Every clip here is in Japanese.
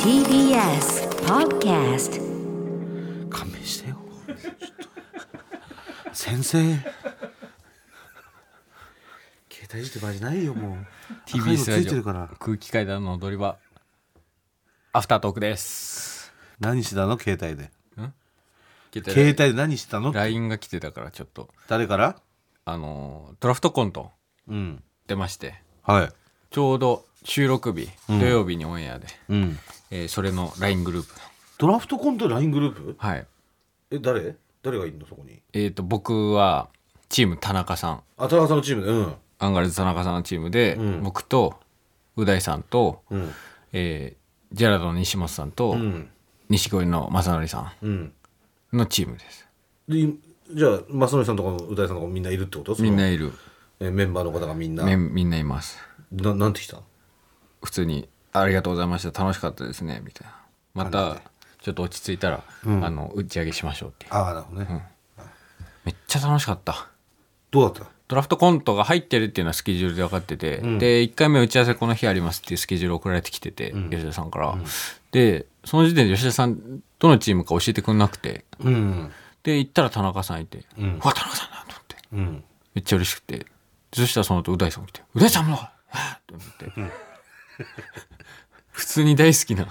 TBS Podcast 勘弁してよ先生携帯いじってる場合じゃないよもう TBS 赤いのラついてジるオから空気階段の踊り場アフタートークです何してたの携帯で携携帯で何してたの LINE が来てたからちょっと誰からあのードラフトコントうん出ましてはいちょうど収録日土曜日にオンエアで、うんえーそれの LINE グループのドラフトコント LINE グループはいえ誰誰がいるのそこにえっ、と僕はチーム田中さんあ田中さんのチームでうんアンガールズ田中さんのチームで、うん僕とう大さんと、うんえージェラードの西本さんと、うん錦鯉の正則さうんんのチームですでいじゃあ正則さんとかの歌いさんとかもみんないるってことそのみんないる、えメンバーの方がみんな、ね、みんないますななんて来たの普通に「ありがとうございました楽しかったですね」みたいなまたちょっと落ち着いたら、あの打ち上げしましょうっていうああなるほどね、めっちゃ楽しかったどうだっドラフトコントが入ってるっていうのはスケジュールで分かってて、で1回目打ち合わせこの日ありますっていうスケジュール送られてきてて、吉田さんから、でその時点で吉田さんどのチームか教えてくれなくてたうんで行ったら田中さんいて、うんうわ田中さんだと思ってうんめっちゃ嬉しくてそしたらその後う大さんも来て「う大さんも!」って思って普通に大好 きな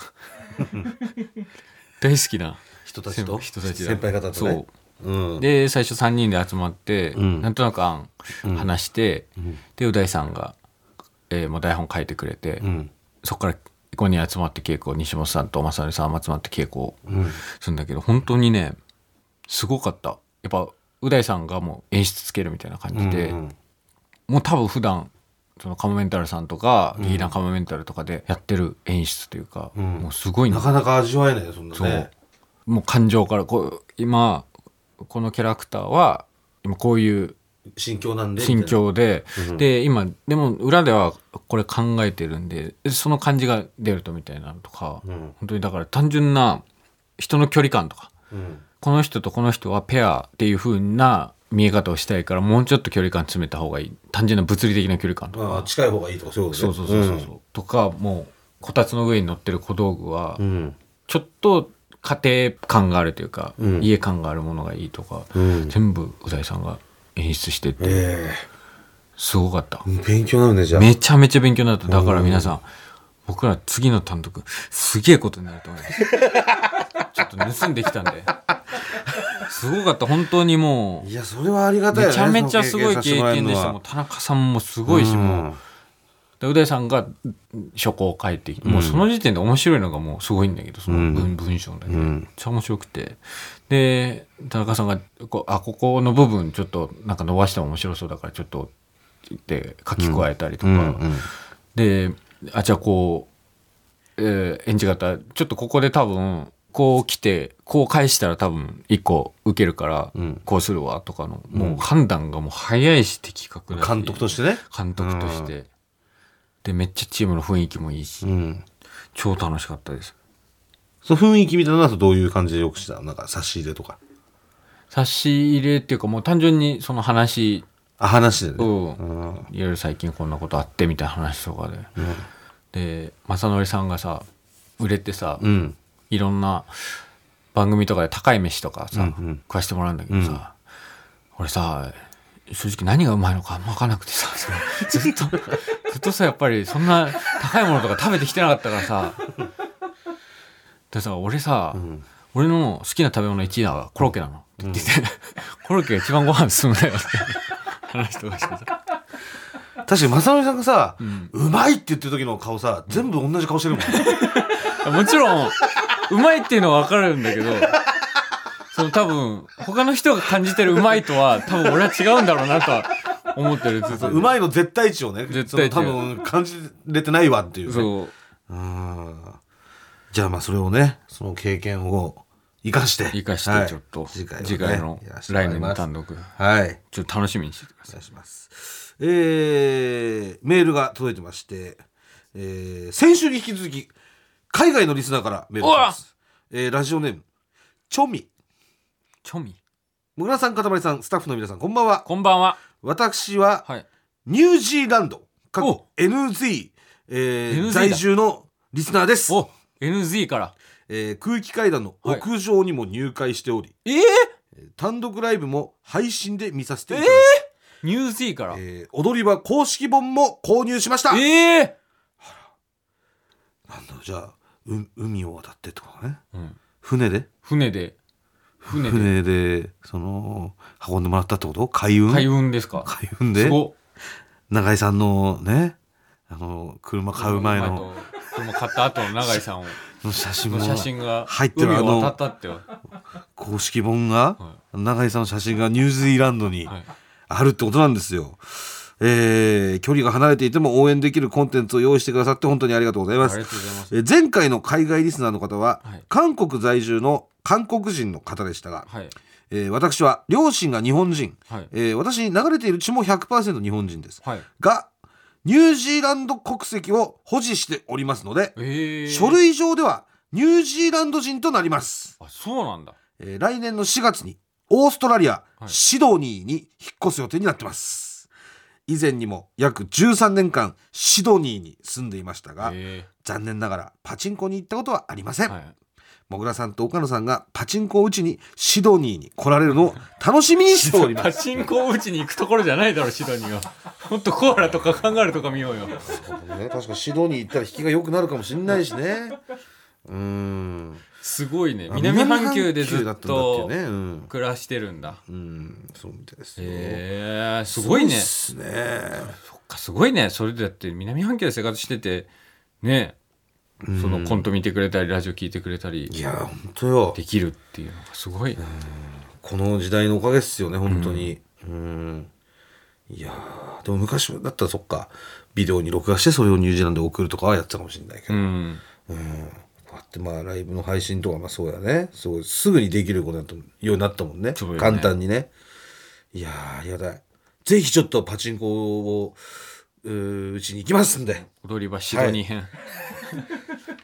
大好きな人たちと先人たちだ先輩方とねうんで最初3人で集まって、んなんとなく案話して、でう大さんが、えーもう台本書いてくれて、うんそこから5人集まって稽古を西本さんと正則さんも集まって稽古をうんするんだけど本当にねすごかったやっぱう大さんがもう演出つけるみたいな感じで。うんもう多分普段そのカモメンタルさんとか劇団カモメンタルとかでやってる演出というか、んもうすごいなかなか味わえないよそんなねもう感情からこう今このキャラクターは今こういう心境なんでみたい心な境で、で今でも裏ではこれ考えてるんでその感じが出るとみたいなのとか、ん本当にだから単純な人の距離感とかうんこの人とこの人はペアっていう風な見え方をしたいからもうちょっと距離感詰めた方がいい単純な物理的な距離感とか。まあ近い方がいいとかそういうことそねうそうそうそうそう、とかもうこたつの上に乗ってる小道具は、うんちょっと家庭感があるというか、うん家感があるものがいいとか、うん全部う大さんが演出しててえすごかったえ、勉強になるねじゃあめちゃめちゃ勉強になっただから皆さん、僕ら次の単独すげえことになると思います ちょっと盗んできたんですごかった本当にもういやそれはありがたいよめねちゃめちゃすごい経験でそしたのもう経田中さんもす験ごいさし、せてもうもらえるのはでう大さんが書稿を書いて、もうその時点で面白いのがもうすごいんだけどその文,、文章だけで、うんめっちゃ面白くてで田中さんがこうあここの部分ちょっとなんか伸ばしても面白そうだからちょっとって書き加えたりとか、うんうんであじゃあこう、えー演じ方ちょっとここで多分こう来てこう返したら多分一個受けるからうんこうするわとかの、もう判断がもう早いし的確だし監督としてね監督として、でめっちゃチームの雰囲気もいいし、うん超楽しかったですその雰囲気みたいなのはどういう感じでよくしたのなんか差し入れとか差し入れっていうかもう単純にその話あ話でねを、うんいろいろ最近こんなことあってみたいな話とかで、で正則さんがさ売れてさ、うんいろんな番組とかで高い飯とかさ、うんうん食わしてもらうんだけどさ、俺さ正直何がうまいのかあんま分かんなくてさ そのずっとずっとさやっぱりそんな高いものとか食べてきてなかったからさでさ俺さ、俺の好きな食べ物1位はコロッケなのって言って、コロッケが一番ご飯進むんだよって話とかしてさ確かに正則さんがさ、うまいって言ってる時の顔さ全部同じ顔してるもんねもちろん、うまいっていうのはわかるんだけど、その多分、他の人が感じてるうまいとは、多分俺は違うんだろうなとは思ってる。ずっと。うまいの絶対値をね絶対値その多分感じれてないわっていうね、そう。うんじゃあまあそれをねその経験を生かして生かして、ちょっと、はい次回,、次回の来年の単独独、はいちょっと楽しみにしててくだおさい。願いしますえー、メールが届いてまして、えー、先週に引き続き海外のリスナーからメールが来てます、えー、ラジオネームチョミチョミ。もぐらさんかたまりさんスタッフの皆さんこんばんはこんばんは。私ははい。ニュージーランド、かっこお NZ、えー NZ だ在住の、リスナーです、お NZ からえー空気階段の屋上にも入会しており、えええー単独ライブも配信で見させていただきニュース E からええー踊り場公式本も購入しましたなんだえじゃあう海を渡ってってことねうん船で船で船で船でその運んでもらったってこと海運海運ですか海運すでご永井さんのねあの車買う前のとでも買った後の永井さんをの写真もの写真が入ってる海あを渡のったっては公式本がは永井さんの写真がニュージーランドにはいあるってことなんですよ。えー距離が離れていても応援できるコンテンツを用意してくださって本当にありがとうございあまりがとうす。ございますえー前回の海外リスナーの方は、はい韓国在住の韓国人の方でしたが、はいえー私は両親が日本人、はいえー私に流れている血も100%日本人です。はいがニュージーランド国籍を保持しておりますので、ええ書類上ではニュージーランド人となります、あそうなんだえー来年の4月にオーストラリア、はいシドニーに引っ越す予定になってます以前にも約13年間シドニーに住んでいましたが、え残念ながらパチンコに行ったことはありませえん、はいもぐらさんと岡野さんがパチンコを打ちにシドニーに来られるのを楽しみにしておりますパチンコを打ちに行くところじゃないだろシドニーは もっとコーラとかカンガルーとか見ようよね 確かシドニー行ったら引きが良くなるかもしれないしねうんすごいね南半球でずっと南半球だったんだっ暮らしてるんだけねうん、うん、そうみたいですよへえすごいねすごいっすねそっかすごいねそれでだって南半球で生活しててねそのコント見てくれたりラジオ聞いてくれたりいや本当よできるっていうのがすごいねこの時代のおかげっすよね本当にうんいやーでも昔だったらそっかビデオに録画してそれをニュージーランドに送るとかはやってたかもしれないけど、うんこうやってまあライブの配信とかまあそうやねすごいすぐにできることになったようになったもんねそうよね簡単にねいやーありがたいぜひちょっとパチンコをうーうちに行きますんで踊り場シドニー編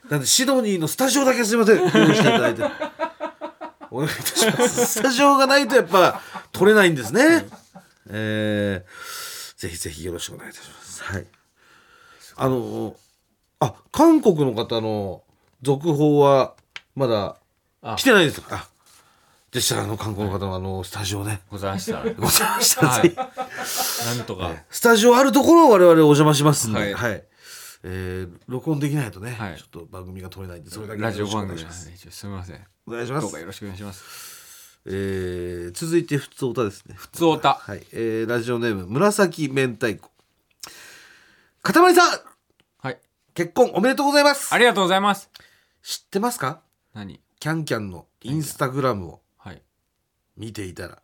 なんでシドニーのスタジオだけすいません用意していただいてお願いいたしますスタジオがないとやっぱ取れないんですねえー、ぜひぜひよろしくお願いいたしますはいあのあ韓国の方の続報はまだあ来てないですかでしたらあの韓国の方のあのスタジオねございましたございましたらはぜいひなんとかスタジオあるところを我々お邪魔しますんで、ははいいえー録音できないとね、はいちょっと番組が取れないんでそれだけラジオ番よろ組しくなんで一応すみませんお願いしまどうすかよろしくお願いしますえー続いて普通歌ですね普通おたはい、えーラジオネーム紫明太子かたまりさんはい結婚おめでとうございますありがとうございます知ってますか何キャンキャンのインスタグラムをはい見ていたら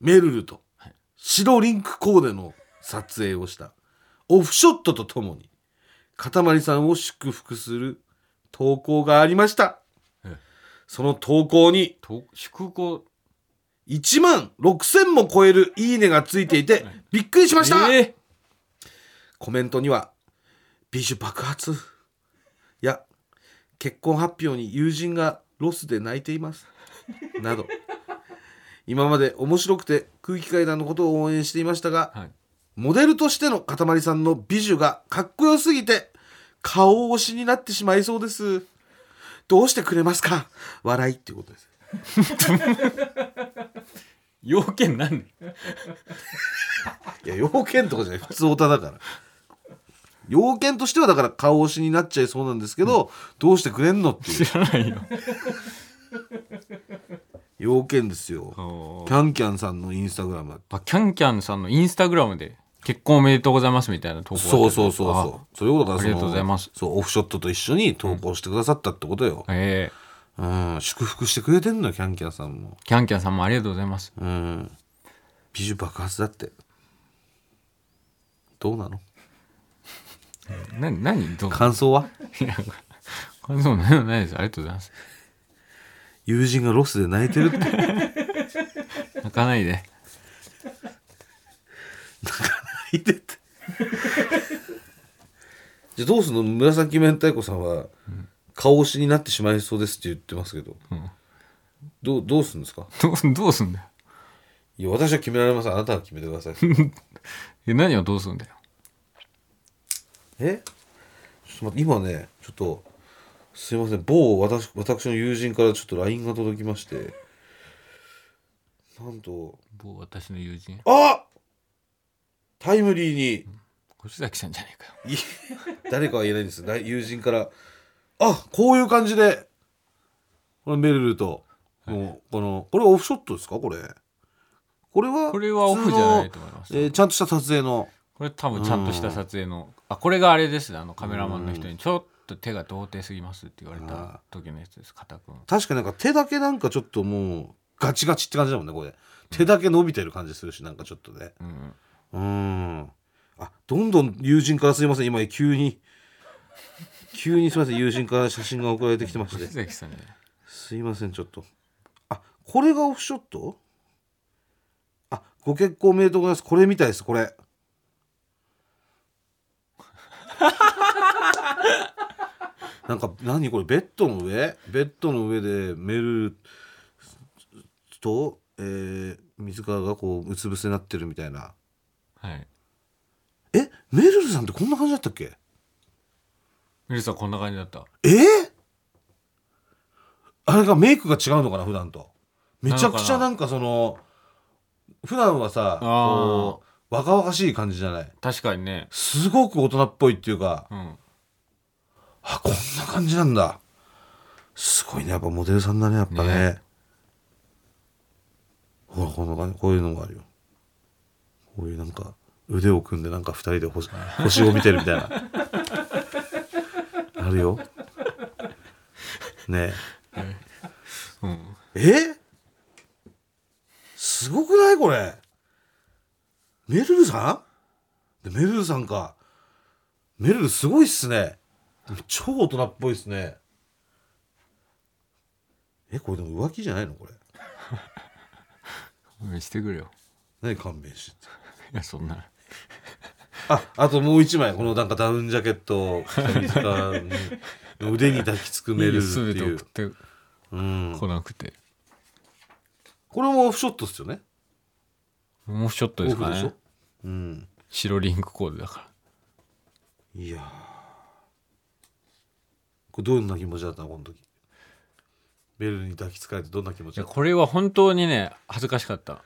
めるるとはい白リンクコーデの撮影をしたオフショットとともにかたまりさんを祝福する投稿がありましたええその投稿にと祝福1万6000も超えるいいねがついていてびっくりしました、えコメントには「美女爆発」いや「結婚発表に友人がロスで泣いています」 など今まで面白くて空気階段のことを応援していましたがーはいモデルとしてのかたまりさんの美女がかっこよすぎて顔推しになってしまいそうですどうしてくれますか笑いっていうことです要件なんねいや要件とかじゃない普通オタだから要件としてはだから顔推しになっちゃいそうなんですけど、どうしてくれんのっていう知らない よ要件ですよおーキャンキャンさんのインスタグラムだってあキャンキャンさんのインスタグラムで結婚おめでとうございますみたいな投稿そうそうそうあそうそういうことだからそのありがとうございますそうオフショットと一緒に投稿してくださったってことよ、ええうん祝福してくれてんのよキャンキャンさんもキャンキャンさんもありがとうございますうん美女爆発だってどうなのな何どう 感想は感想ないないですありがとうございます友人がロスで泣いてるっ て泣か泣かないでないでってじゃあどうすんの紫明太子さんは顔推しになってしまいそうですって言ってますけど、うんどうどうすんですかどうどうすんだよいや私は決められませんあなたが決めてく ださいえ何をどうすんだよえちょっと待って今ねちょっとすいません某私私の友人からちょっと LINE が届きましてなんと某私の友人あタイムリーに越崎さんじゃねえかよい 誰かは言えないんですよだい友人からあこういう感じでこれメルルと、もうこのこれはオフショットですかこれこれはこれはオフじゃないと思いま普す通のえーちゃんとした撮影のこれ多分ちゃんとした撮影のあこれがあれですねあのカメラマンの人に「ちょっと手が童貞すぎます」って言われた時のやつです片君確かになんか手だけなんかちょっともうガチガチって感じだもんねこれ手だけ伸びてる感じするしなんかちょっとねうんうーんあどんどん友人からすいません今急に急にすいません友人から写真が送られてきてまし越て崎さんじゃないすいませんちょっとあこれがオフショットあご結婚おめでとうございますこれみたいですこれ なんか何これベッドの上ベッドの上でメルと、えー、水川がこううつ伏せになってるみたいなはいえメルルさんってこんな感じだったっけミルさんこんな感じだったえーあれがメイクが違うのかな普段とめちゃくちゃなんかその普段はさあーこう若々しい感じじゃない確かにねすごく大人っぽいっていうかうんあこんな感じなんだすごいねやっぱモデルさんだねやっぱねねほらこんな感じこういうのがあるよこういうなんか腕を組んでなんか二人で星星を見てるみたいなあるよねえうんえすごくないこれめるるさんでめるるさんかめるるすごいっすね超大人っぽいっすねえこれでも浮気じゃないのこれ応援してくれよ何勘弁してっていやそんなああともう一枚このなんかダウンジャケット を着た水川に腕に抱きつくめメるるっルて全ていう送ってうん、こなくてこれもオフショットっすよねもうちょっとですオかフでしょねうん白リンクコーデだからいやーこれどんな気持ちだったのこの時ベルに抱きつかれてどんな気持ちいだやったこれは本当にね恥ずかしかった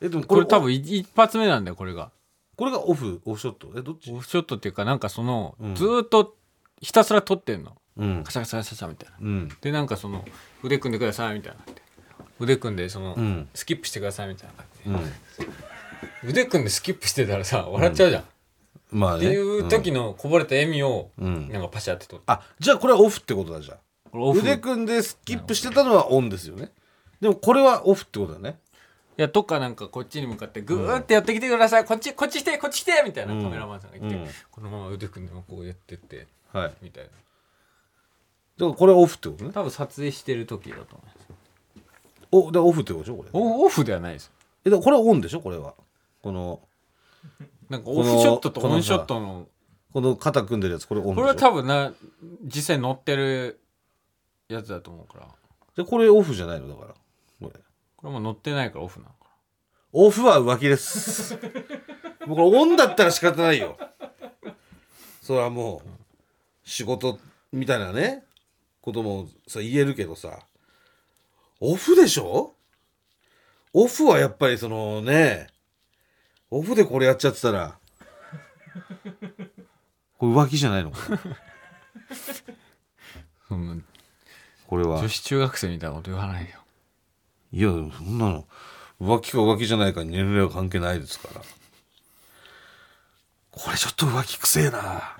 えでもこれ多お分い一発目なんだよこれがこれがオフオフショットえどっちオフショットっていうかなんかその、うんずーっとひたすら撮ってんのうんカシャカシャカシャカシャみたいなうんでなんかその腕組んでくださいみたいなって腕組んでその、うんスキップしてくださいみたいな感うじでん腕組んでスキップしてたらさ笑っちゃうじゃん、まあっねていう時のこぼれた笑みを、うんなんかパシャって撮ってあじゃあこれはオフってことだじゃあこれオフ腕組んでスキップしてたのはオンですよねでもこれはオフってことだねいやとかなんかこっちに向かってグーってやってきてください、こっちこっち来てこっち来てみたいなうんカメラマンさんが言って、うんこのまま腕組んでもこうやってってはいみたいなだからこれはオフってことね多分撮影してる時だと思いますおだからオフってことでしょこれオオフではないですえだからこれはオンでしょこれはこのなんかオフショットとこのオンショットのこの肩組んでるやつこれオンでしょこれは多分な実際乗ってるやつだと思うからでこれオフじゃないのだからこれこれもう乗ってないからオフなのかオフは浮気です。もうこれオンだったら仕方ないよ。それはもう仕事みたいなねこともさ言えるけどさオフでしょオフはやっぱりそのねオフでこれやっちゃってたらこれ浮気じゃないのこれそんなこれは女子中学生みたいなこと言わないよいやでもそんなの浮気か浮気じゃないかに年齢は関係ないですからこれちょっと浮気くせえな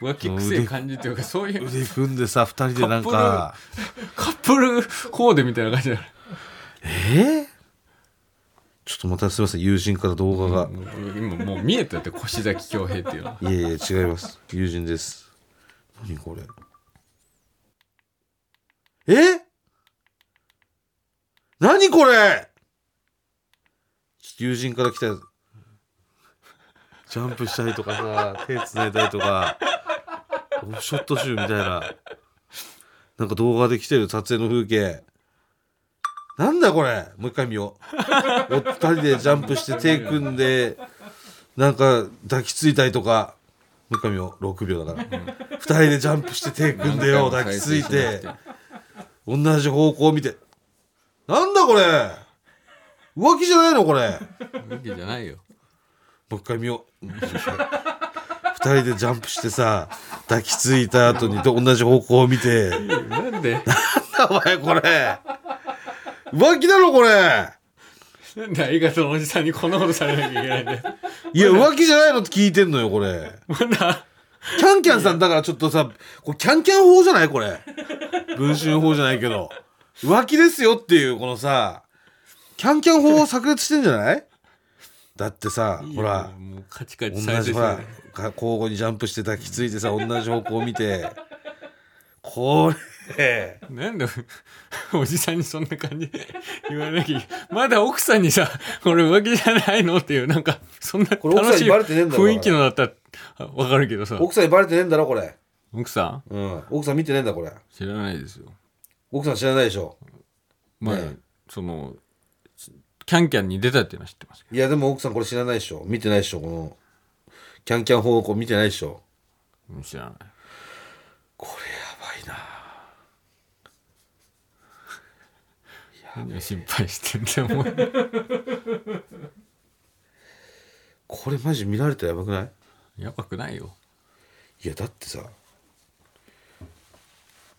浮気くせえ感じというかそういう腕組んでさ二人でなんかカップルコーデみたいな感じだえーちょっとまたすいません友人から動画が、今もう見えてて越崎恭平っていうの はいやいや違います友人です何これえ何これちょっと友人から来たやつジャンプしたりとかさ 手つないだりとかオフショット集みたいななんか動画で来てる撮影の風景なんだこれもう一回見ようお二人でジャンプして手組んでなんか抱きついたりとか三上を6秒だから、二人でジャンプして手組んでよ抱きついて同じ方向を見てなんだこれ浮気じゃないのこれわけじゃないよもう一回見よう二人でジャンプしてさ抱きついた後にと同じ方向を見 てなんでなんだお前これ 浮気だろこれなんで相方のおじさんにこんなことされなきゃいけないんだよいや浮気じゃないのって聞いてんのよこれまだキャンキャンさんだからちょっとさこれキャンキャン法じゃないこれ文春法じゃないけど浮気ですよっていうこのさキャンキャン法を炸裂してんじゃないだってさほらもうカチカチさ同れじてほらか交互にジャンプして抱きついてさ同じ方向を見てこれなんで おじさんにそんな感じで言われなきゃいけまだ奥さんにさ「俺浮気じゃないの?」っていうなんかそんなこれ奥さん楽しにいバレてねえんだろ雰囲気のだったらわかるけどさ奥さんにバレてねえんだろこれ、奥さんうん、奥さん見てねえんだこれ知らないですよ奥さん知らないでしょまあ、ねそのキャンキャンに出たっていうのは知ってますけいやでも奥さんこれ知らないでしょ見てないでしょこのキャンキャン方向見てないでしょど知らないこれやばいな何を心配してんだよも うこれマジ見られたらやばくないやばくないよいやだってさ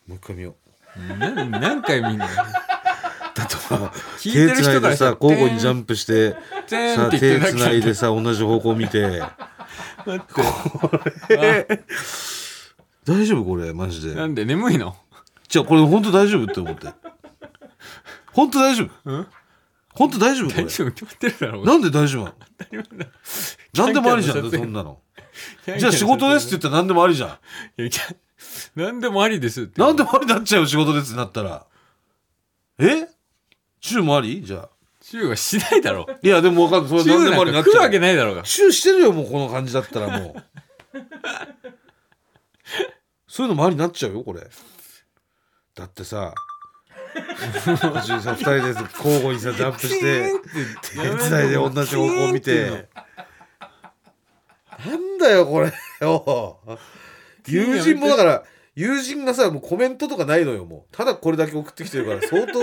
もう一回見よう何何回見んのだってほら聞いて手つるな人いからでしたらさ交互にジャンプしててんさてん手って言ってるだつけなだいでさ同じ方向見 て待って大丈夫これマジなでんで眠いのじゃあこれ本当大丈夫って思って本当大丈夫本当大丈夫こ大れ丈夫決まってるだろうなんで大丈夫な の何でもありじゃんだキャンってキャンの撮そ影んなのじゃあ仕事ですって言ったら何でもありじゃんいやいや何でもありですって何でもありになっちゃうよ仕事ですってなったらえチューもありじゃあチューはしないだろいやでも分かんない そチれュ何ーでもありなんにかなっち食うゃわうけないだろうがチューしてるよもうこの感じだったらもうそういうのもありになっちゃうよこれだってさ途中さ2人で交互にさジャンプして手伝いで同じ方向を見てなんだよこれよ友人もだから友人がさもうコメントとかないのよもうただこれだけ送ってきてるから相当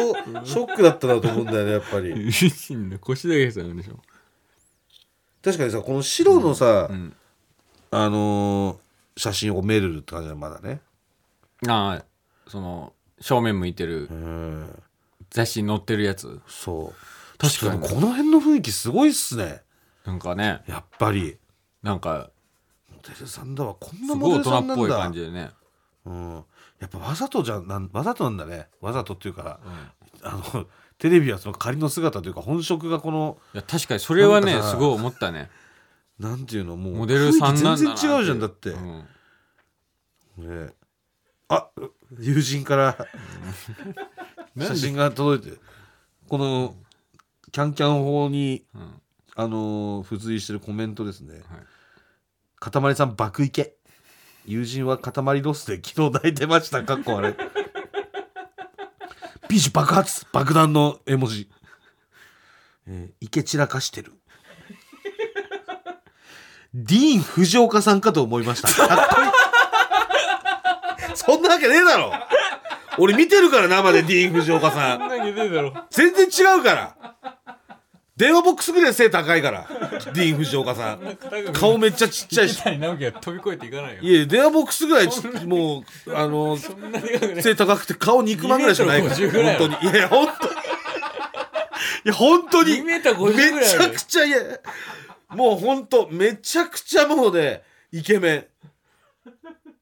ショックだったなと思うんだよねやっぱり自身の腰だけさなんでしょ確かにさこの白のさ、んあのー写真をめでるって感じだまだねああその正面向いてるうん雑誌に載ってるやつそう確確かかににこの辺の雰囲気すごいっすねなんかねやっぱりなんかモデルさんだわこんすなモデごいル大さん人なっぽんいだ感じでねうん、やっぱわざとじゃなんわざとなんだねわざとっていうか、あのテレビはその仮の姿というか本職がこのいや確かにそれはねなんかさすごい思ったねなんていうのもうモデルさんなんだな雰囲気全然違うじゃんだって、うんねあ友人 から写真が届いてこのキャンキャン法に、んあのー付随してるコメントですねはい「かたまりさん爆イケ」「友人はかたまりロスで昨日抱いてました」かっこあ れ「ビジ爆発爆弾の絵文字」えー「イケ散らかしてる」ディーン・藤岡さんかと思いました。かっこいいそんなわけねえだろ俺見てるから生でディーン・藤岡さん。そんなわけねえだろ全然違うから電話ボックスぐらい背高いからディーン・藤岡さん顔めっちゃちっちゃいしみたいなわけは飛び越えていかないよいや電話ボックスぐらいちもうあのそんなでかくね背高くて顔肉まんぐらいしかないから2 50ぐら本い当にいや本当にいや本当に2メーター50ぐらいあめちるゃくちゃいやもう本当めちゃくちゃもうねイケメン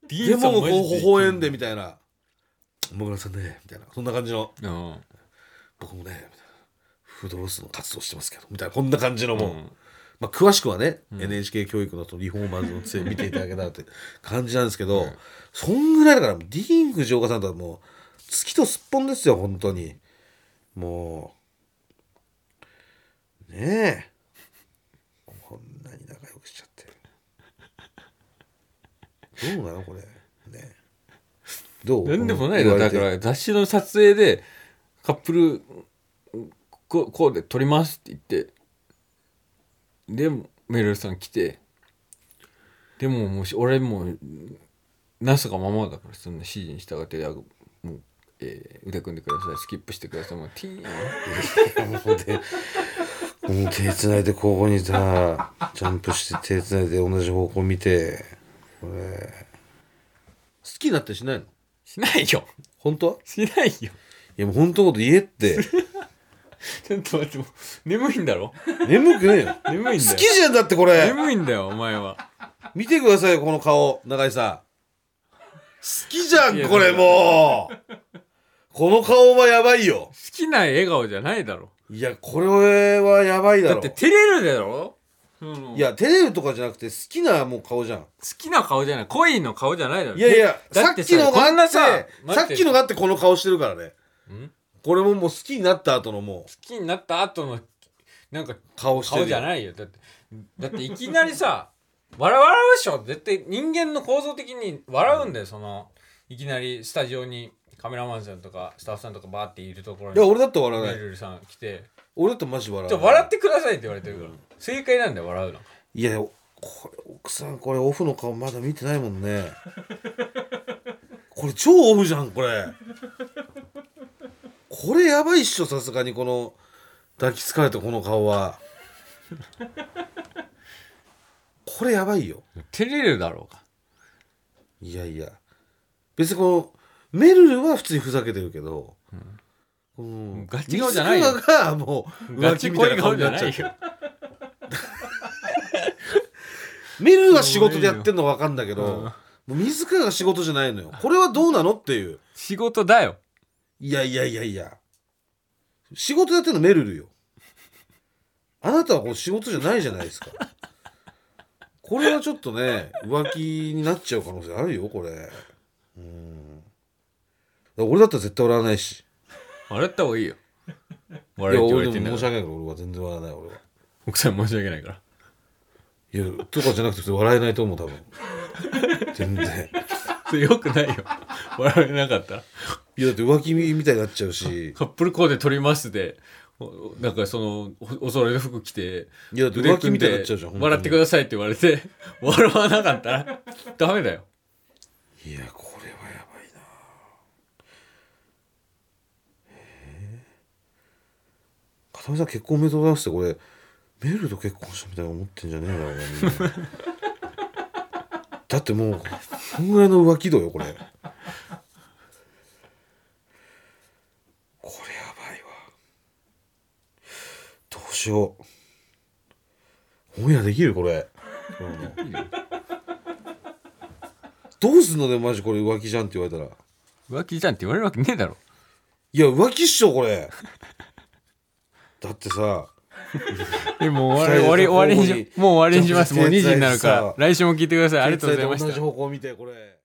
でもこう微笑んでみたいな「もぐらさんね」みたいなそんな感じの。うん僕もねみたいなフードロスの活動してますけどみたいなこんな感じのもう、うんまあ、詳しくはね、NHK 教育のとリフォーマーズの杖を見ていただけたらって感じなんですけど、そんぐらいだからディーン・フジオカさんとはもう月とすっぽんですよ本当にもうねえこんなに仲良くしちゃってどうなのこれねえどうなんでもないだろ言わだれてから雑誌の撮影でカップルここうで撮りますって言ってでメルさん来てでももうし俺もうなすがままだからそんな指示に従っていやもう、えー腕組んでくださいスキップしてくださいもうティーンもう でもう手つないでここにさジャンプして手つないで同じ方向見てこれ好きになったりしないのしないよ本当はしないいよやもう本当のこと言えって ちょっと待ってもう眠いんだろ眠くねえよ眠いん好だよきじゃんだってこれ眠いんだよお前は見てくださいよこの顔永井さん好きじゃいんやこれもうこの顔はやばいよ好きな笑顔じゃないだろいやこれはやばいだだろって照れるだろそのいや照れるとかじゃなくて好きなもう顔じゃん好きな顔じゃない恋の顔じゃないだろいやいや、ださっってきのがこあんっなて、ささ待ってきのがあってこの顔してるからね。んこれももう好きになった後のもう好きになった後のなんか顔してる。顔じゃないよだってだっていきなりさ 笑笑うでしょ絶対人間の構造的に笑うんだよそのいきなりスタジオにカメラマンさんとかスタッフさんとかバーっているところいや、に俺だって笑わめなるい。るさん来て俺だってマジ「笑じゃわあない。笑ってください」って言われてるから正解なんだよ笑うのいや、これ奥さん、これオフの顔まだ見てないもん ね。これ超オフじゃん、これ。これやばいっしょ、さすがにこの抱きつかれたこの顔 は。これやばいよ。照れるだろうかいやいや別にこのめるるは普通にふざけてるけど、うんガチ顔じゃないよ西川がもうガチ恋顔じゃない浮気みたいな顔にっちようめるるは仕事でやってんの分かんだけど、うんもう水川が仕事じゃないのよこれはどうなのっていう仕事だよいやいやいやいや仕事やってんのめるるよあなたはこう仕事じゃないじゃないですかこれはちょっとね浮気になっちゃう可能性あるよこれうん俺だったら絶対笑わないし笑った方がいいよい笑やえって言わ俺れでてんだも申しか訳らないから俺は全然笑わない俺は奥さん申し訳ないからいやとかじゃなくて普通に笑えないと思う多分全然 それよくないよ笑えなかったらいやだって浮気みたいになっちゃうしカップルコーデ撮りますでおなんかそのおお揃いの服着ていやだって腕浮気組んみたいにでなっちゃうじゃん笑ってくださいって言われて笑わなかったらダメだよいやこれはやばいなへえ片見さん結婚おめでとうございますってこれメールと結婚したみたいな思ってんじゃねえだろうなみんな だってもうこんぐらいの浮気度よこれこれやばいわどうしようオンエアできるこれ、うんどうすんのねマジこれ浮気じゃんって言われたら浮気じゃんって言われるわけねえだろいや浮気っしょこ れだってさでもう二終人でわり終わり終わりに交し互にもう終わりにしますもう2時になるちょかっとら来週も聞いてくださいありがとうございま手伝で同したじ方向を見てこれ